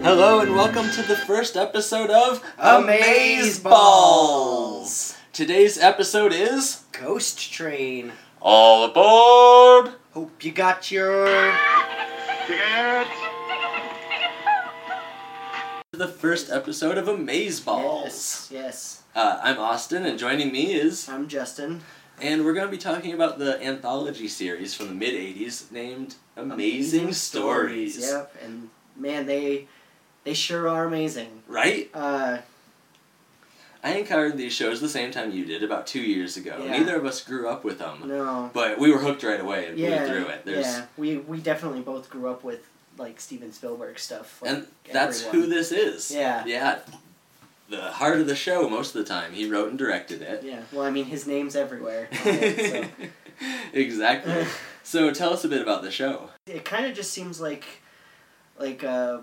Hello and welcome to the first episode of Amazeballs. Amazeballs. Today's episode is Ghost Train. All Aboard. Hope you got your. Tickets! The first episode of Amazeballs. Yes, yes. Uh, I'm Austin, and joining me is, I'm Justin. and we're going to be talking about the anthology series from the mid '80s named Amazing, Stories. Yep, and man, they they sure are amazing. Right? Uh, I encountered these shows the same time you did, about two years ago. Yeah. Neither of us grew up with them, no. but we were hooked right away and yeah, blew through it. There's yeah. We we definitely both grew up with like Steven Spielberg stuff. Like, And that's who everyone. this is. Yeah. Yeah. The heart of the show most of the time. He wrote and directed it. Yeah. Well, I mean, his name's everywhere. on it, exactly. so. so tell us a bit about the show. it kind of just seems like like a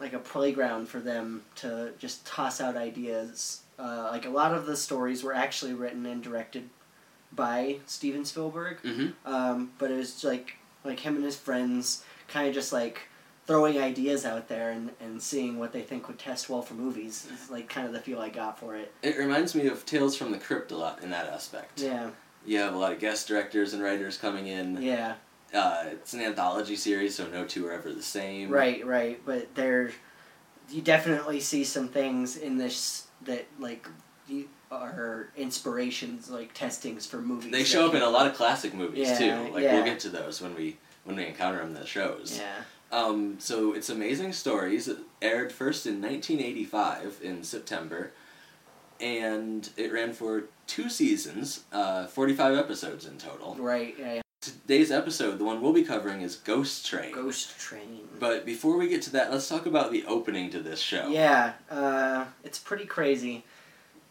like a playground for them to just toss out ideas. Uh, like a lot of the stories were actually written and directed by Steven Spielberg, Mhm. um, but it was like like him and his friends kind of just like throwing ideas out there and, and seeing what they think would test well for movies. It's like kind of the feel I got for it. It reminds me of Tales from the Crypt a lot in that aspect. Yeah, You have a lot of guest directors and writers coming in. yeah. Uh, it's an anthology series, so no two are ever the same. Right, right, but there, you definitely see some things in this that like you are inspirations, like testings for movies. They that show up in came- a lot of classic movies Yeah, too. Like yeah. we'll get to those when we when we encounter them in the shows. Yeah, Um, so it's Amazing Stories. It aired first in 1985 in September, and it ran for two seasons, uh, 45 episodes in total. right. Yeah, Today's episode, the one we'll be covering, is Ghost Train. Ghost Train. But before we get to that, let's talk about the opening to this show. yeah, uh, it's pretty crazy.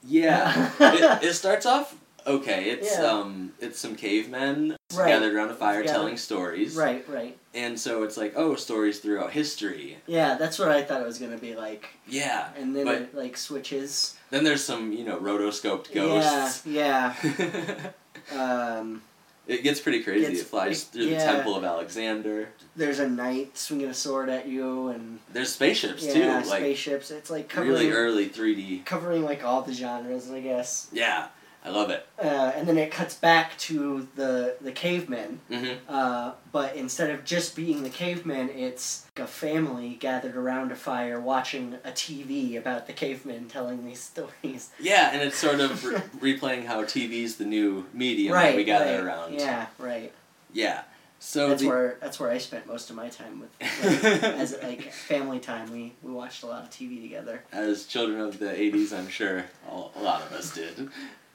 Yeah. it, it starts off okay. It's Yeah. um, it's some cavemen Right. gathered around a fire Yeah. telling stories, Right, right. and so it's like oh, stories throughout history. Yeah, that's what I thought it was gonna be like, Yeah. and then But- it like switches. Then there's some, you know, rotoscoped ghosts. Yeah, yeah. Um, it gets pretty crazy. Gets it flies pretty- through the yeah. Temple of Alexander. there's a knight swinging a sword at you, and There's spaceships yeah, too, like spaceships. It's like covering really early 3D. covering like all the genres, I guess. Yeah, I love it. Uh, and then it cuts back to the the cavemen, hmm uh, but instead of just being the cavemen, it's a family gathered around a fire watching a TV about the cavemen telling these stories. Yeah, and it's sort of re- replaying how TV's the new medium that we gather right, around. Yeah, right. Yeah. So that's the- where that's where I spent most of my time with, like, as like family time. We we watched a lot of TV together. as children of the 80s, I'm sure all, a lot of us did.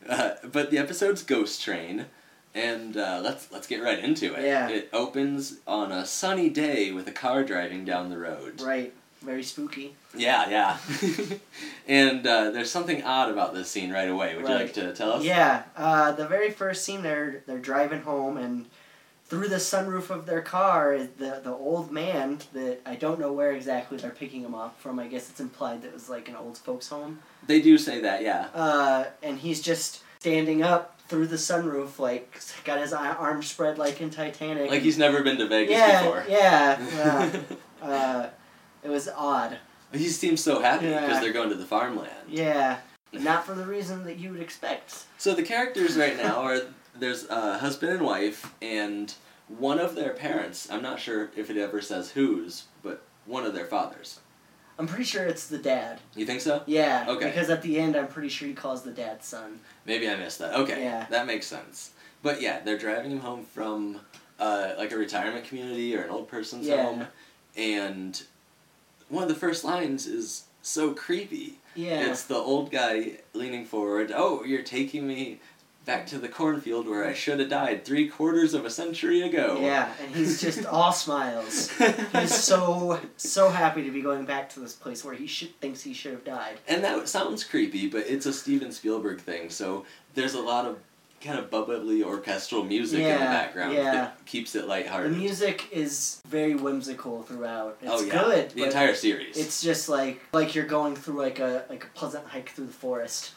Uh, but the episode's Ghost Train, and uh, let's let's get right into it. Yeah. It opens on a sunny day with a car driving down the road. Right, very spooky. Yeah, yeah. and uh, there's something odd about this scene right away. Would you Right. like to tell us? Yeah, uh, the very first scene, they're they're driving home, and through the sunroof of their car, is the the old man that I don't know where exactly they're picking him up from. I guess it's implied that it was like an old folks' home, They do say that, yeah. uh, and he's just standing up through the sunroof, like got his i- arms spread like in Titanic. Like he's never been to Vegas yeah, before. yeah, yeah. uh, it was odd. he seems so happy because Yeah. they're going to the farmland. Yeah, not for the reason that you would expect. So the characters right now are there's a husband and wife and one of their parents. I'm not sure if it ever says whose, but one of their fathers. I'm pretty sure it's the dad. You think so? Yeah. Okay. Because at the end, I'm pretty sure he calls the dad son. Maybe I missed that. Okay, Yeah. that makes sense. But yeah, they're driving him home from uh, like a retirement community or an old person's Yeah. home, and one of the first lines is so creepy. Yeah. It's the old guy leaning forward. Oh, you're taking me back to the cornfield where I should have died three quarters of a century ago. Yeah, and he's just all smiles. He's so so happy to be going back to this place where he should, thinks he should have died. And that sounds creepy, but it's a Steven Spielberg thing, so there's a lot of kind of bubbly orchestral music in the Yeah, background yeah. that keeps it The lighthearted. music is very whimsical throughout. It's oh yeah, good. the but entire series. It's just like like you're going through like a like a pleasant hike through the forest.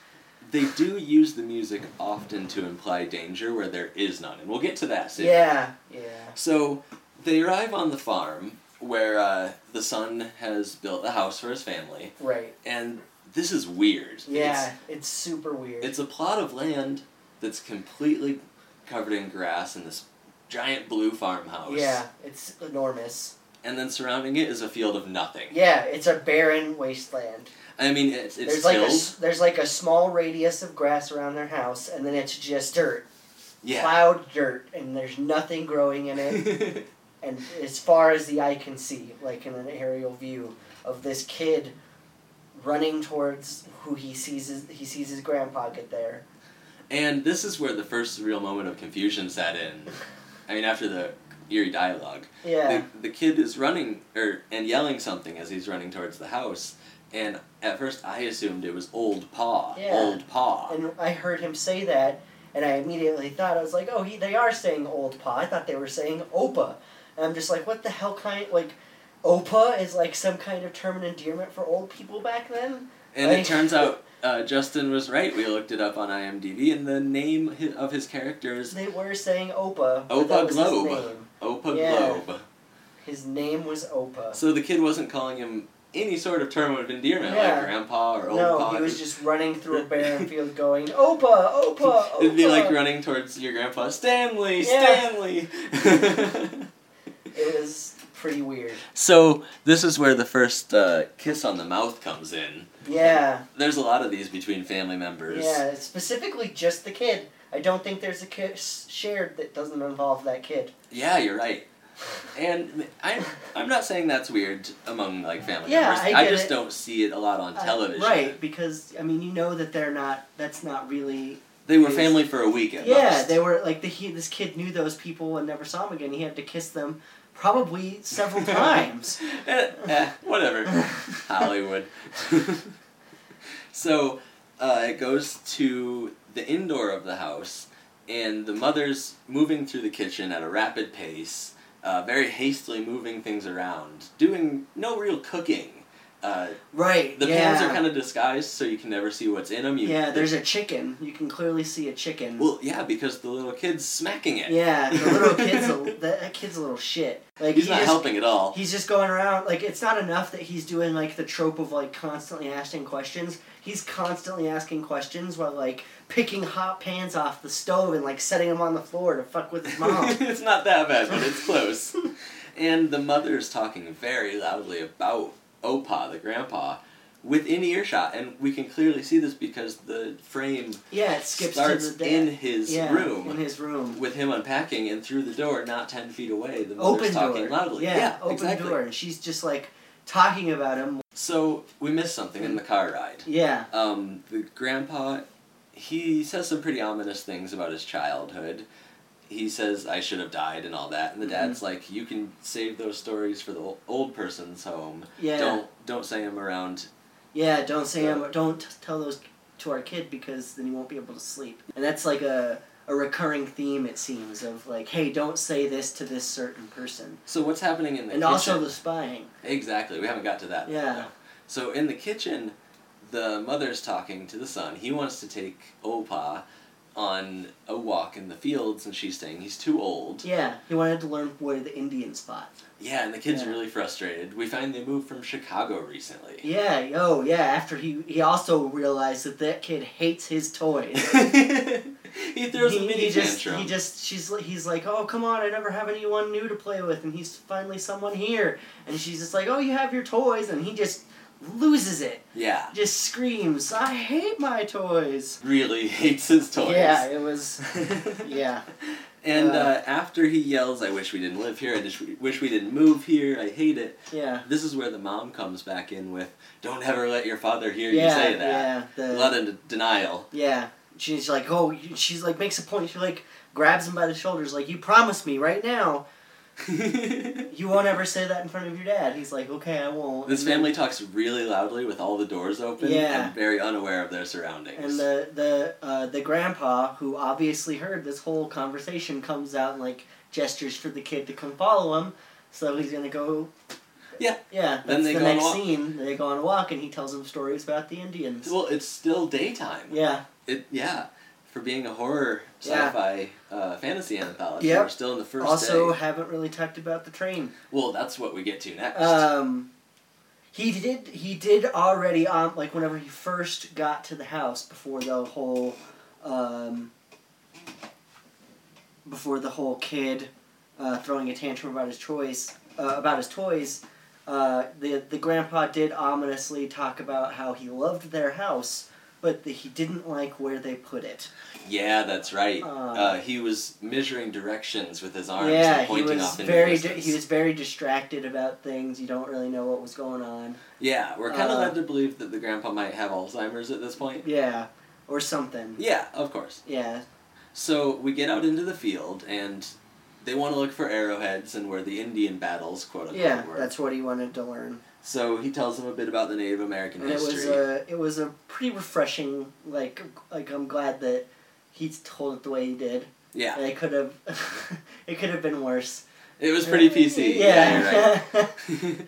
They do use the music often to imply danger where there is none, and we'll get to that soon. Yeah. Yeah. So they arrive on the farm where uh, the son has built a house for his family, Right. and this is weird. Yeah, it's, super weird. It's, it's a plot of land that's completely covered in grass in this giant blue farmhouse. yeah, it's enormous. And then surrounding it is a field of nothing. Yeah, it's a barren wasteland. I mean, it's, it's there's tilled. like a s- there's like a small radius of grass around their house, and then it's just dirt, yeah. plowed dirt, and there's nothing growing in it. and as far as the eye can see, like in an aerial view of this kid running towards who he sees his, he sees his grandpa get there. and this is where the first real moment of confusion set in. I mean, after the eerie dialogue. Yeah, The, the kid is running or and yelling something as he's running towards the house, and at first I assumed it was old paw, Yeah. old paw. and I heard him say that, and I immediately thought I was like, oh, he, they are saying old pa. I thought they were saying opa, and I'm just like, what the hell kind like. Opa is like some kind of term and endearment for old people back then. and I- it turns out uh, Justin was right. We looked it up on IMDb, and the name hi- of his character is They were saying Opa. but Opa that was Globe. His name. Opa Yeah. Globe. his name was Opa. So the kid wasn't calling him any sort of term of endearment Yeah. like grandpa or old no, paw. he was just running through a barren field going, Opa, Opa, Opa. It'd be like running towards your grandpa, Stanley, Yeah. Stanley. It was pretty weird. so this is where the first uh, kiss on the mouth comes in. Yeah, There's a lot of these between family members. yeah, specifically just the kid. I don't think there's a kiss shared that doesn't involve that kid. Yeah, you're right. And I'm I'm not saying that's weird among like family Yeah, members. I get just it. Uh, don't see it a lot on television. right, because, I mean, you know that they're not, that's not really. They were family for a week at Yeah, most. they were, like, the, he, this kid knew those people and never saw them again. He had to kiss them probably several times. Eh, eh, whatever. Hollywood. so uh, it goes to the indoor of the house, and the mother's moving through the kitchen at a rapid pace, uh, very hastily moving things around, doing no real cooking. Uh, Right, the yeah. pans are kind of disguised, so you can never see what's in them. You, Yeah, there's a chicken. You can clearly see a chicken. well, yeah, because the little kid's smacking it. Yeah, the little kid's a, that kid's a little shit. Like He's he not just- helping at all. He's just going around like it's not enough that he's doing like the trope of like constantly asking questions. He's constantly asking questions while like picking hot pans off the stove and like setting them on the floor to fuck with his mom. it's not that bad, but it's close. and the mother's talking very loudly about Opa, the grandpa, within earshot, and we can clearly see this because the frame yeah, it skips starts to the dad. in his yeah, room in his room. with him unpacking, and through the door, not ten feet away, the mother's Open talking door. loudly. Yeah, open exactly. door, and she's just like talking about him. So we missed something in the car ride. Yeah, Um, the grandpa, he says some pretty ominous things about his childhood. He says, I should have died and all that. And the Mm-hmm. dad's like, you can save those stories for the ol- old person's home. yeah, Don't, don't say them around. yeah. Don't say him. Don't t- tell those to our kid because then he won't be able to sleep. And that's like a a recurring theme it seems of like, hey, don't say this to this certain person. So what's happening in the and kitchen? also the spying. Exactly. We haven't got to that. Yeah. though. So in the kitchen, the mother's talking to the son. He wants to take Opa on a walk in the fields, and she's saying he's too old. Yeah, he wanted to learn where the Indian spot. Yeah, and the kid's Yeah. really frustrated. We find they moved from Chicago recently. Yeah, oh yeah. After he he also realized that that kid hates his toys. he throws he, a mini he just tantrum. he just she's li- he's like, oh come on, I never have anyone new to play with, and he's finally someone here, and she's just like, oh you have your toys, and he just loses it, yeah, just screams, I hate my toys. really hates his toys. Yeah, it was. Yeah, and uh, Uh, after he yells, "I wish we didn't live here. I just wish we didn't move here. I hate it." yeah, This is where the mom comes back in with, "Don't ever let your father hear yeah, you say that." yeah. A the- lot of d- denial. Yeah. She's like, oh, you- she's like, makes a point. She like grabs him by the shoulders, like, you promised me right now this you won't ever say that in front of your dad. He's like, okay, I won't. And then- family talks really loudly with all the doors open Yeah. and very unaware of their surroundings. And the the uh, the grandpa who obviously heard this whole conversation comes out and like gestures for the kid to come follow him. So he's gonna go. Yeah. Yeah. That's Then they the go on a next walk. scene. They go on a walk and he tells them stories about the Indians. well, it's still daytime. yeah. It yeah. for being a horror Yeah. sci-fi uh, fantasy anthology. Yep. We're still in the first also, day. haven't really talked about the train. Well, that's what we get to next. Um, he did. He did already on like whenever he first got to the house before the whole, um, before the whole kid uh, throwing a tantrum about his choice uh, about his toys. Uh, the the grandpa did ominously talk about how he loved their house, but that he didn't like where they put it. yeah, that's right. Uh, uh, he was measuring directions with his arms yeah, and he pointing was off into very di- distance. he was very distracted about things. You don't really know what was going on. Yeah, we're kind of Uh, led to believe that the grandpa might have Alzheimer's at this point. Yeah, or something. Yeah, of course. Yeah, So we get out into the field, and they want to look for arrowheads and where the Indian battles, quote unquote, Yeah, were. that's what he wanted to learn, So he tells them a bit about the Native American and it history. was uh, a it was a pretty refreshing like like I'm glad that he told it the way he did. yeah, And it could have it could have been worse. it was pretty PC. you're right. Yeah.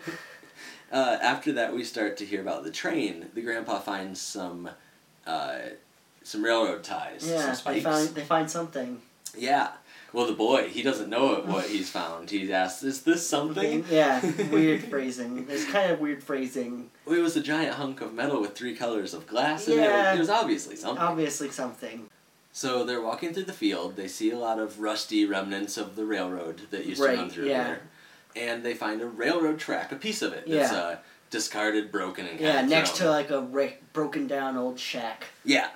uh, after that, we start to hear about the train. The grandpa finds some, uh, some railroad ties, Yeah, some they spikes. find they find something. Yeah. Well, the boy, he doesn't know it, what he's found. He asks, "Is this something?" Yeah, weird phrasing. There's kind of weird phrasing. It was a giant hunk of metal with three colors of glass in Yeah. it. It was obviously something. Obviously something. so they're walking through the field. They see a lot of rusty remnants of the railroad that used to run Right, through yeah. here, and they find a railroad track, a piece of it that's Yeah. uh, discarded, broken, and Yeah, kind of next thrown. to like a ra- broken down old shack. Yeah.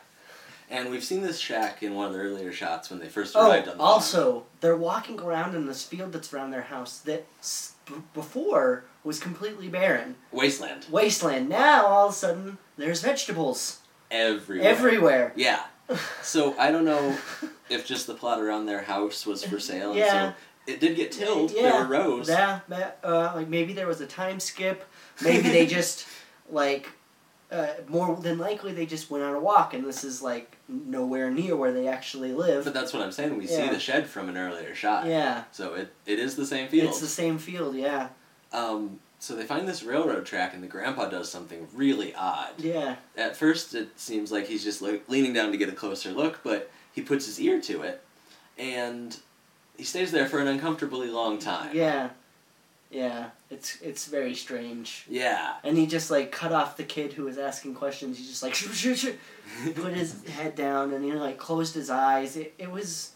And we've seen this shack in one of the earlier shots when they first arrived Oh, on the farm. also, they're walking around in this field that's around their house that s- b- before was completely barren. wasteland Wasteland. Now, all of a sudden, there's vegetables everywhere. everywhere. yeah. So I don't know if just the plot around their house was for sale. Yeah. And so it did get tilled. There Yeah, were rows. Yeah, that, uh, like maybe there was a time skip. Maybe they just, like, uh, more than likely they just went on a walk and this is, like, nowhere near where they actually live. But that's what I'm saying. We see Yeah. the shed from an earlier shot. yeah. So it, it is the same field. It's the same field, yeah. Um, so they find this railroad track, and the grandpa does something really odd. Yeah. At first, it seems like he's just like leaning down to get a closer look, but he puts his ear to it, and he stays there for an uncomfortably long time. Yeah. Yeah. It's it's very strange. Yeah. And he just like cut off the kid who was asking questions. He just like shoo, shoo, shoo, put his head down and he like closed his eyes. It it was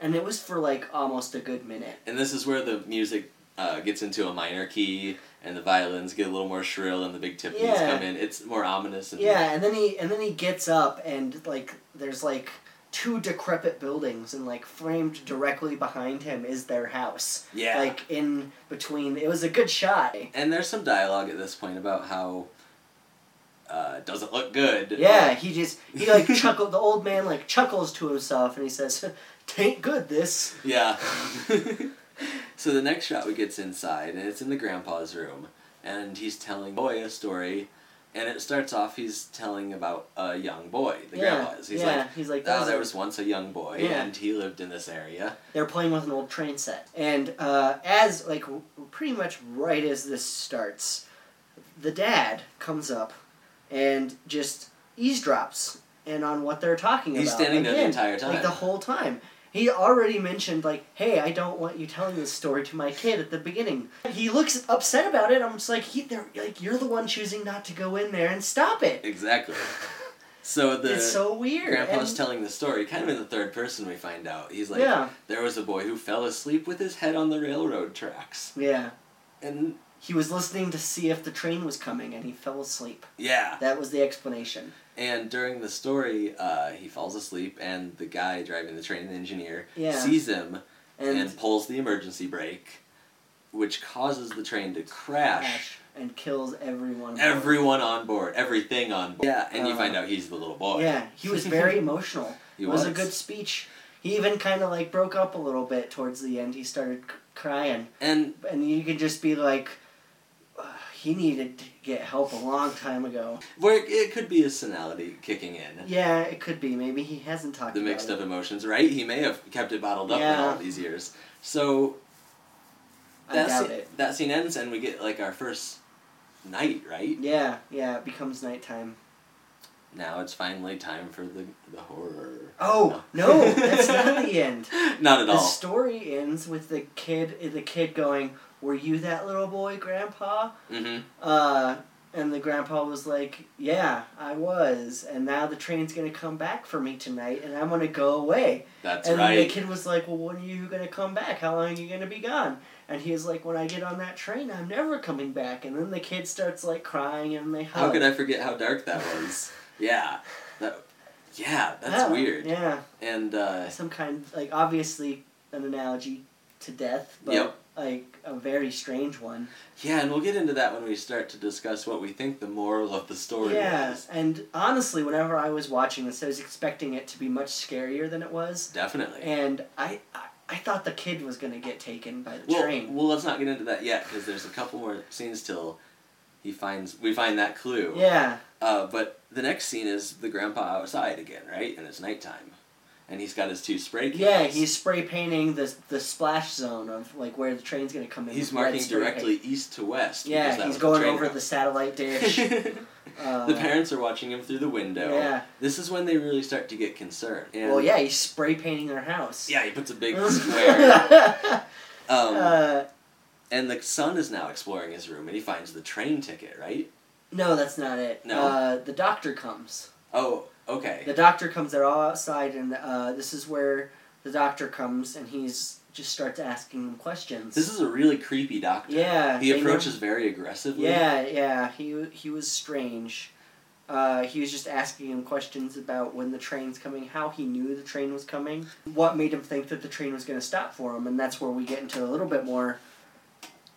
and it was for like almost a good minute. and this is where the music uh, gets into a minor key, and the violins get a little more shrill, and the big timpanis Yeah. come in. It's more ominous. And, Yeah, and then he and then he gets up and like there's like two decrepit buildings and like framed directly behind him is their house. Yeah. Like in between it was a good shot. And there's some dialogue at this point about how uh, doesn't look good. Yeah, he just he like chuckled. The old man like chuckles to himself and he says, "Tain't good this." Yeah. so the next shot we gets inside, and it's in the grandpa's room, and he's telling boy a story, and it starts off he's telling about a young boy. The yeah, grandpa is. He's yeah. like, he's like, oh, "Those there are-" was once a young boy, Yeah. and he lived in this area. They're playing with an old train set, and uh, as like w- pretty much right as this starts, the dad comes up, and just eavesdrops and on what they're talking He's about. standing there the Again, entire time. Like the whole time. He already mentioned like, "Hey, I don't want you telling this story to my kid." At the beginning, he looks upset about it. I'm just like, "He, they're like, you're the one choosing not to go in there and stop it." Exactly. So the it's so weird. grandpa's and- telling the story kind of in the third person. We find out he's like, Yeah. there was a boy who fell asleep with his head on the railroad tracks, yeah, and he was listening to see if the train was coming, and he fell asleep. yeah, That was the explanation. And during the story, uh, he falls asleep, and the guy driving the train, the engineer, Yeah. sees him and, And pulls the emergency brake, which causes the train to crash. Ash, and kills everyone. Everyone on board, everything on board. Yeah, and you Uh, find out he's the little boy. Yeah, he was very emotional. He it was. a was. good speech. He even kind of like broke up a little bit towards the end. He started c- crying, And and you could just be like, "Ugh, he needed to get help a long time ago. where it could be his senility kicking in. Yeah, it could be. Maybe he hasn't talked. The about mixed it. up emotions, right? He may have kept it bottled up in Yeah. all these years. So I that, doubt scene, it. that scene ends, and we get like our first night, right? Yeah, yeah. It becomes nighttime. now it's finally time for the, the horror. Oh no, that's not the end. Not at The all. story ends with the kid, the kid going, "Were you that little boy, Grandpa?" hmm Uh, and the grandpa was like, "Yeah, I was, and now the train's gonna come back for me tonight, and I'm gonna go away." That's and then the right. kid was like, "Well, when are you gonna come back? How long are you gonna be gone?" And he was like, "When I get on that train, I'm never coming back." And then the kid starts like crying, and they hug. How could I forget how dark that was? yeah. That, yeah, that's Oh, Yeah, weird. Yeah, And uh, some kind like obviously an analogy to death, but Yep. like a very strange one. yeah, and we'll get into that when we start to discuss what we think the moral of the story yeah, was. and honestly, whenever I was watching this, I was expecting it to be much scarier than it was. Definitely. and I, I I thought the kid was gonna get taken by the well, train. well, let's not get into that yet because there's a couple more scenes till he finds we find that clue. Yeah, Uh, but the next scene is the grandpa outside again, right? And it's nighttime, and he's got his two spray cans. yeah, he's spray painting the the splash zone of like where the train's gonna come in. he's with red marking spray directly paint. east to west. because Yeah, that he's was going train over route. the satellite dish. uh, the parents are watching him through the window. Yeah. This is when they really start to get concerned. And Well, yeah, he's spray painting their house. Yeah, he puts a big square. Um, uh, and the son is now exploring his room, and he finds the train ticket. Right? no, that's not it. No? Uh, the doctor comes. Oh, okay. The doctor comes. They're all outside, and uh, this is where the doctor comes, and he's just starts asking them questions. This is a really creepy doctor. Yeah, He they know- approaches very aggressively. Yeah, yeah. He w- he was strange. Uh, he was just asking him questions about when the train's coming, how he knew the train was coming, what made him think that the train was going to stop for him, and that's where we get into a little bit more,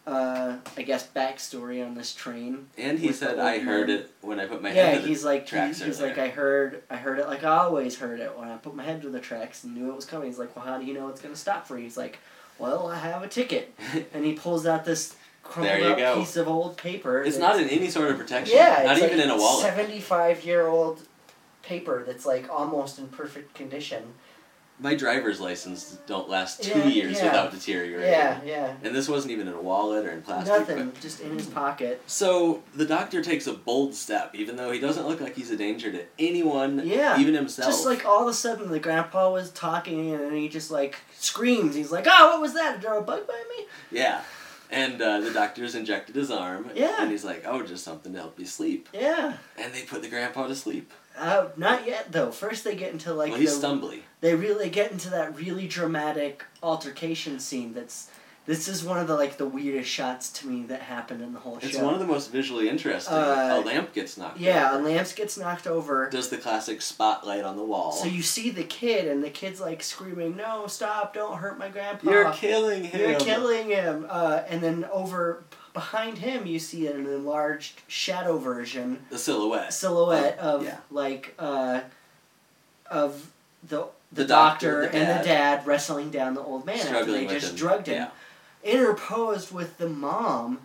uh, I guess, backstory on this train. And he With the said, old "I heard man. it when I put my yeah, head." to the he's like tracks he's, he's earlier. like I heard I heard it like I always heard it when I put my head to the tracks and knew it was coming. He's like, well, how do you know it's going to stop for you? He's like, well, I have a ticket, and he pulls out this crumpled you up go. piece of old paper. It's that's- not in any sort of protection. Yeah, not it's even like in a wallet. Seventy-five year old paper that's like almost in perfect condition. My driver's license don't last two Yeah, years yeah. without deteriorating. Yeah, yeah. And this wasn't even in a wallet or in plastic. Nothing, but- just in his pocket. So the doctor takes a bold step, even though he doesn't look like he's a danger to anyone, Yeah, even himself. Just like all of a sudden, the grandpa was talking, and then he just like screams. He's like, "Oh, what was that? Did a bug bite me?" yeah. And uh, the doctor's injected his arm. Yeah. And he's like, oh, just something to help you sleep. Yeah. And they put the grandpa to sleep. Uh, not yet though. First, they get into like well, he's the- stumbly. they really get into that really dramatic altercation scene. That's this is one of the like the weirdest shots to me that happened in the whole show. It's one of the most visually interesting. a Uh, lamp gets knocked yeah, a over. lamp gets knocked over. Does the classic spotlight on the wall. So you see the kid, and the kid's like screaming, "No, stop! Don't hurt my grandpa! You're killing him. You're killing him!" Uh, and then over behind him, you see an enlarged shadow version the silhouette. silhouette of Oh, yeah. like uh, of the the, The doctor, doctor, the and the dad wrestling down the old man after they struggling with just him. drugged him, Yeah. interposed with the mom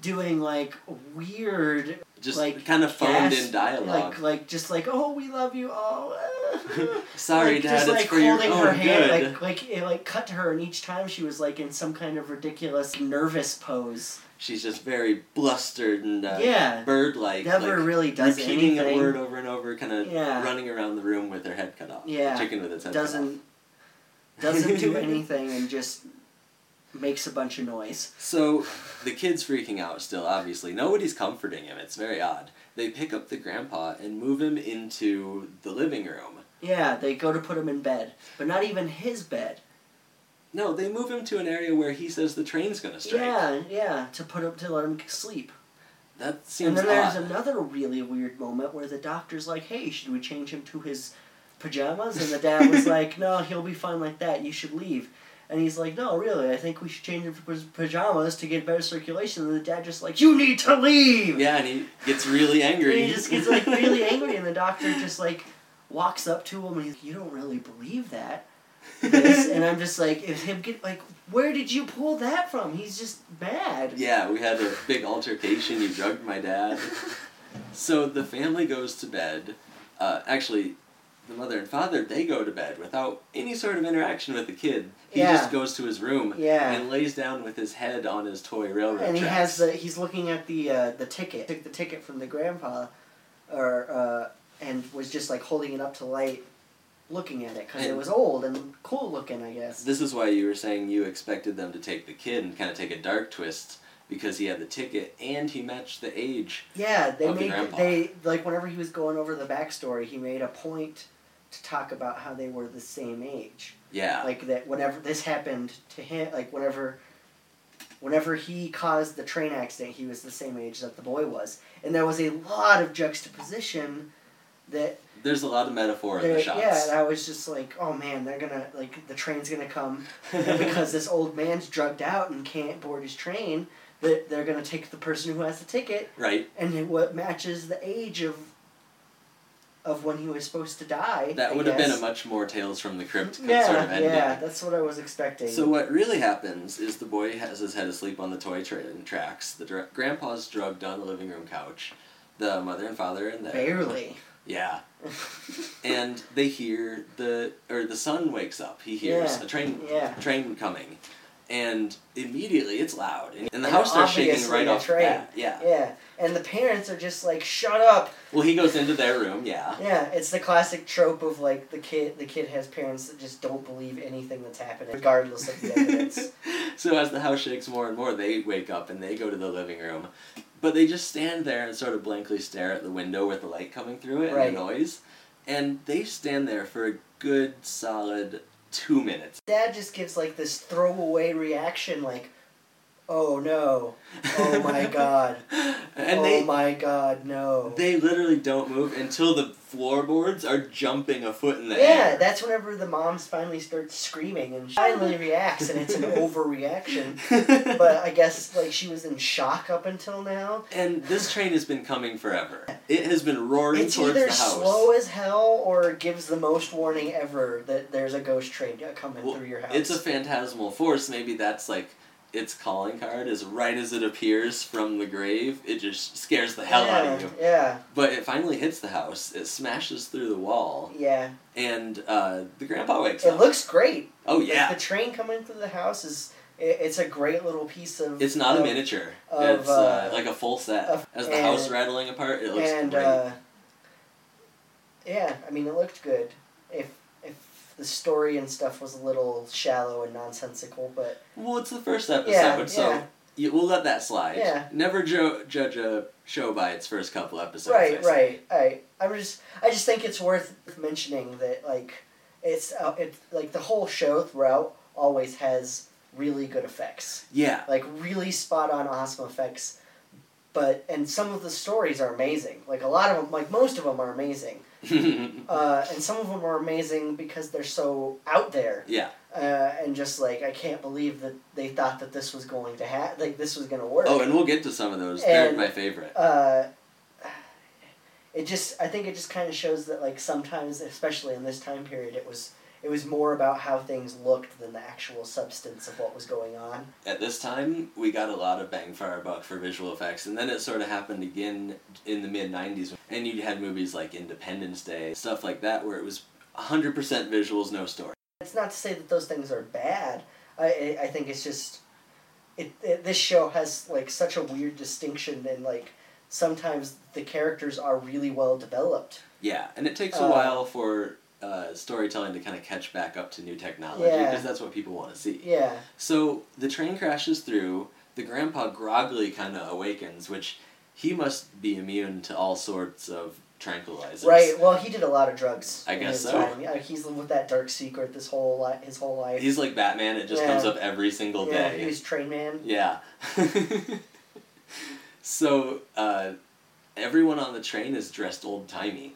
doing like weird Just like kind of phoned gasp- in dialogue. like like just like oh we love you oh. Sorry, like, Dad, just it's like for your holding own her hand, good. like like it like cut to her, and each time she was like in some kind of ridiculous nervous pose. She's just very blustered and uh, Yeah. bird-like. Never like, really does repeating anything. a word over and over, kind of Yeah. running around the room with her head cut off. Yeah. chicken with its head Cut off. Doesn't doesn't do anything, and just makes a bunch of noise. So the kid's freaking out still. Obviously, nobody's comforting him. It's very odd. They pick up the grandpa and move him into the living room. Yeah, they go to put him in bed, but not even his bed. No, they move him to an area where he says the train's gonna strike. Yeah, yeah, to put him to let him sleep. That And seems then there's odd. another really weird moment where the doctor's like, "Hey, should we change him to his pajamas?" And the dad was like, "No, he'll be fine like that. You should leave." And he's like, "No, really, I think we should change him to his pajamas to get better circulation." And the dad just like, "You need to leave." Yeah, and he gets really And angry. he just gets like really angry, and the doctor just like walks up to him and he's, like, "You don't really believe that." This. and I'm just like, "If him get like, where did you pull that from?" He's just mad. Yeah, we had a big altercation. You drugged my dad. So the family goes to bed. Uh, actually, the mother and father they go to bed without any sort of interaction with the kid. He Yeah. just goes to his room Yeah. and lays down with his head on his toy railroad and he tracks. has the he's looking at the uh, the ticket took the ticket from the grandpa or uh, and was just like holding it up to light, looking at it because it And- was old and cool looking, I guess. This is why you were saying you expected them to take the kid and kind of take a dark twist because he had the ticket and he matched the age. Yeah, they Of the made grandpa. they like whenever he was going over the backstory, he made a point to talk about how they were the same age. Yeah. like that whenever this happened to him like whenever whenever he caused the train accident he was the same age that the boy was and there was a lot of juxtaposition that There's a lot of metaphor in there- the yeah shots. and i was just like oh man they're gonna like the train's gonna come and because this old man's drugged out and can't board his train that they're gonna take the person who has the ticket right. and it- what matches the age of of when he was supposed to die I That would have been a guess. much more Tales from the Crypt yeah, sort of ending. yeah, that's what I was expecting. So what really happens is the boy has his head asleep on the toy train tracks. The dr- grandpa's drugged on the living room couch. The mother and father are in there. Barely. Yeah. and they hear the or the son wakes up. He hears Yeah, a train yeah. train coming, and immediately it's loud and, and the And house starts shaking obviously right a off train. the bat. Yeah. Yeah, and the parents are just like, "Shut up!" Well, he goes into their room. Yeah. Yeah, it's the classic trope of like the kid. The kid has parents that just don't believe anything that's happening, regardless of the evidence. so as the house shakes more and more, they wake up and they go to the living room, but they just stand there and sort of blankly stare at the window with the light coming through it Right. and the noise, and they stand there for a good solid two minutes. Dad just gives like this throwaway reaction, like, "Oh no! Oh my god! And oh they my god! No!" They literally don't move until the floorboards are jumping a foot in the yeah, air. that's whenever the mom finally starts screaming and she finally reacts, and it's an overreaction. But I guess like she was in shock up until now. and this train has been coming forever. It has been roaring It's towards either the house. slow as hell or gives the most warning ever that there's a ghost train coming Well, through your house. it's a phantasmal force. Maybe that's like its calling card is right as it appears from the grave. It just scares the hell yeah, out of you. Yeah, But it finally hits the house. It smashes through the wall, yeah. and uh, the grandpa wakes It up. looks great. oh Like, yeah, the train coming through the house is it, it's a great little piece of. It's not a of- miniature. of, it's uh, uh, like a full set. of- As the house and- rattling apart, it looks And great. uh, yeah, I mean it looked good. If if the story and stuff was a little shallow and nonsensical, but well, it's the first episode, yeah, yeah. so you, we'll let that slide. Yeah. Never jo- judge a show by its first couple episodes. I right, say. right. I I'm just I just think it's worth mentioning that like it's uh, it like the whole show throughout always has really good effects, Yeah. like really spot on awesome effects. But and some of the stories are amazing. Like a lot of them, like most of them are amazing. Uh, and some of them are amazing because they're so out there. yeah. Uh, and just like I can't believe that they thought that this was going to ha- like this was going to work Oh, and we'll get to some of those. They're And- my favorite. uh, it just I think it just kind of shows that like sometimes, especially in this time period, it was it was more about how things looked than the actual substance of what was going on. At this time, we got a lot of bang for our buck for visual effects, and then it sort of happened again in the mid 90s. And you had movies like Independence Day, stuff like that, where it was 100% visuals, no story. It's not to say that those things are bad. I I, I think it's just it, it this show has like such a weird distinction and like sometimes the characters are really well developed. Yeah, and it takes a Uh, while for uh, storytelling to kind of catch back up to new technology Yeah. because that's what people want to see. Yeah. So the train crashes through. The grandpa groggily kind of awakens, which he must be immune to all sorts of tranquilizers. Right. Well, he did a lot of drugs. I in guess his so. Time. Yeah, he's lived with that dark secret this whole li- his whole life. He's like Batman. It just Yeah. comes up every single yeah, day. he was train man. Yeah. so uh, everyone on the train is dressed old timey.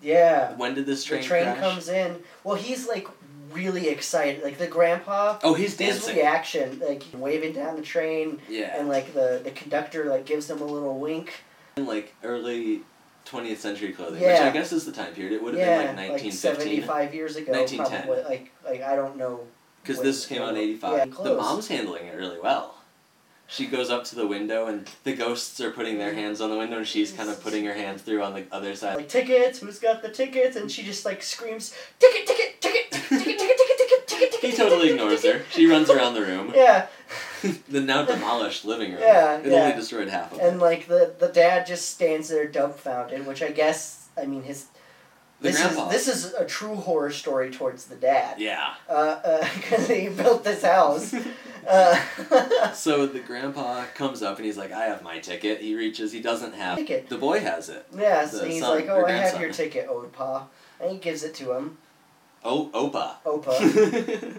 Yeah. When did this train, the train crash? comes in. Well, he's like really excited. Like the grandpa, oh, he's his dancing. reaction, like waving down the train, Yeah. and like the the conductor like gives him a little wink. in like early 20th century clothing, which Yeah. I guess is the time period. It would have yeah, been like 1915 75 years ago, 1910. probably. Like like I don't know. because when- this came out in 85. Yeah, the close. mom's handling it really well. She goes up to the window and the ghosts are putting their hands on the window and she's kind of putting her hands through on the other side. Like tickets, who's got the tickets? And she just like screams, ticket, ticket, ticket, ticket, ticket, ticket, ticket, ticket, ticket. He ticket, totally ticket, ignores ticket." her. She runs around the room. Yeah, the now demolished living room. Yeah, it yeah. only destroyed half of it. and like the the dad just stands there dumbfounded, which I guess I mean his. The this grandpa. is this is a true horror story towards the dad. yeah. Because he built this house. uh, So the grandpa comes up and he's like, "I have my ticket." He reaches. He doesn't have Ticket. The boy has it. yeah, so The he's son, like, her "Oh, I have grandson. your ticket, old pa," and he gives it to him. Oh, Opa. Opa.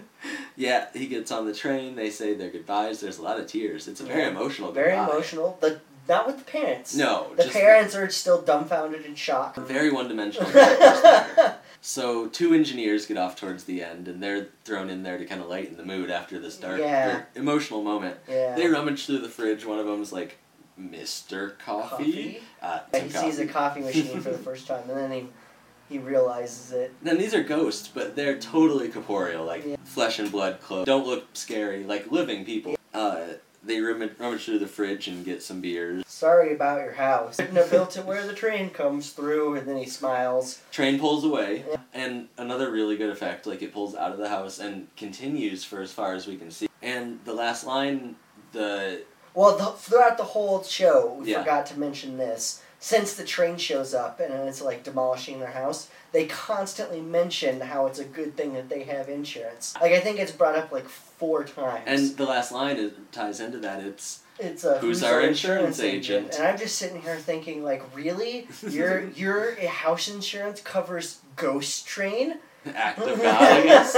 yeah, he gets on the train. They say their goodbyes. There's a lot of tears. It's a very Yeah. emotional. Very goodbye. emotional. The not with the parents. No, The just parents are still dumbfounded and shocked. very one-dimensional. characters there. so two engineers get off towards the end, and they're thrown in there to kind of lighten the mood after this dark, Yeah. er, emotional moment. Yeah. They rummage through the fridge. One of them's like, "Mr. Coffee." Coffee? Uh, Yeah, some he sees a coffee. coffee machine for the first time, and then he he realizes it. Then these are ghosts, but they're totally corporeal, like Yeah. flesh and blood clothes. Don't look scary, like living people. Uh, they rummage, rummage through the fridge and get some beers. Sorry about your house. Couldn't have built it where the train comes through, and then he smiles. Train pulls away, Yeah. and another really good effect, like it pulls out of the house and continues for as far as we can see. And the last line, the Well, the, throughout the whole show, we Yeah. forgot to mention this. Since the train shows up and it's like demolishing their house, they constantly mention how it's a good thing that they have insurance. Like I think it's brought up like four times. and the last line is, ties into that. It's it's a Who's our insurance agent? And I'm just sitting here thinking, like, really, your your house insurance covers Ghost Train? act of God, I guess.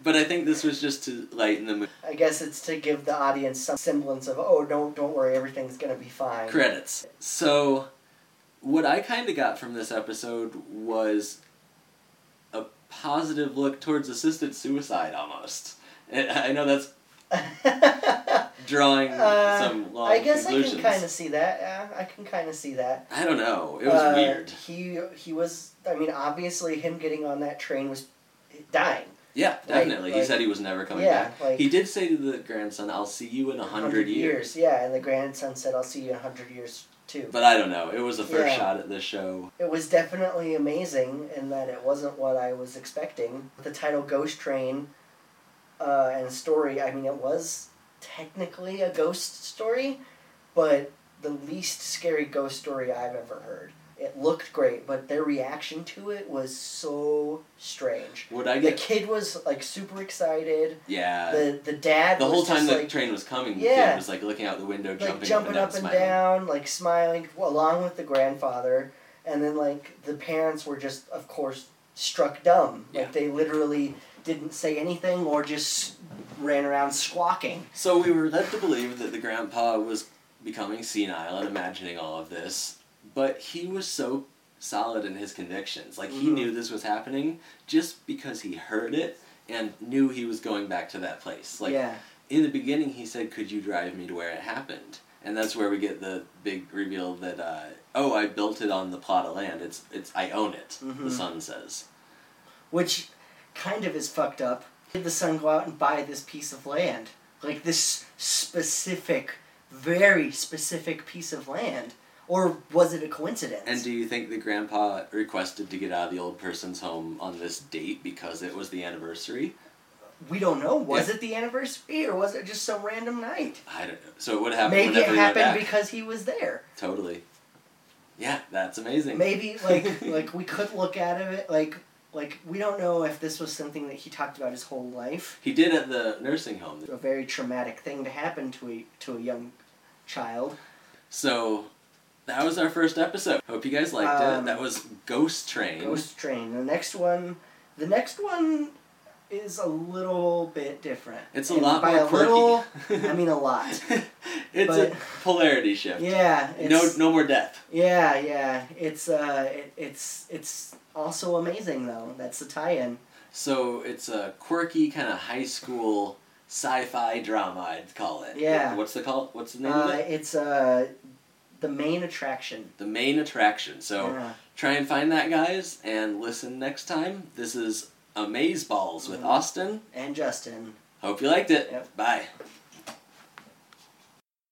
But I think this was just to lighten the mood. I guess it's to give the audience some semblance of, oh, don't don't worry, everything's gonna be fine. Credits. So, what I kind of got from this episode was a positive look towards assisted suicide almost. And I know that's drawing Uh, some long I guess I Um, conclusions. can kind of see that. Yeah, I can kind of see that. I don't know. It was Uh, weird. He he was. I mean, obviously, him getting on that train was dying. Yeah, definitely. he like- said he was never coming yeah, back. like- he did say to the grandson, "I'll see you in a hundred years." Yeah, and the grandson said, "I'll see you in a hundred years too." But I don't know. It was the first Yeah. shot at this show. It was definitely amazing in that it wasn't what I was expecting. The title Ghost Train uh, and story, I mean, it was technically a ghost story, but the least scary ghost story I've ever heard. It looked great, but their reaction to it was so strange. Would I The get? kid was like super excited. Yeah. The the dad the was whole time just, the like, train was coming, the Yeah. kid was like looking out the window, like jumping, jumping up and down, smiling. down, like smiling along with the grandfather, and then like the parents were just, of course, struck dumb. Yeah. Like they literally didn't say anything or just ran around squawking. So we were led to believe that the grandpa was becoming senile and imagining all of this, but he was so solid in his convictions. Like he Mhm. knew this was happening just because he heard it and knew he was going back to that place. Like yeah, in the beginning, he said, "Could you drive me to where it happened?" And that's where we get the big reveal that uh, oh, I built it on the plot of land. It's it's I own it. The Mhm. son says. which kind of is fucked up. Did the son go out and buy this piece of land? Like this specific, very specific piece of land? Or was it a coincidence? And do you think the grandpa requested to get out of the old person's home on this date because it was the anniversary? we don't know. Was Yeah. it the anniversary or was it just some random night? I don't know. So it would happen Maybe it whenever he went happened back. because he was there. Totally. Yeah, that's amazing. Maybe like like we could look at it like like we don't know if this was something that he talked about his whole life. He did at the nursing home. A very traumatic thing to happen to a to a young child. So that was our first episode. Hope you guys liked it. Um, That was Ghost Train. Ghost Train. The next one, the next one is a little bit different. It's a And lot by more a quirky. little, I mean a lot. it's a but- polarity shift. Yeah. It's, no, no more death. Yeah, yeah. It's uh, it, it's it's also amazing though. That's the tie-in. So it's a quirky kind of high school sci-fi drama. I'd call it. Yeah. What's the call? What's the name of Uh, it? it's uh, the main attraction. The main attraction. So. Yeah. try and find that guys and listen next time this is amaze balls with austin And Justin. hope you liked it Mm-hmm. Yep. bye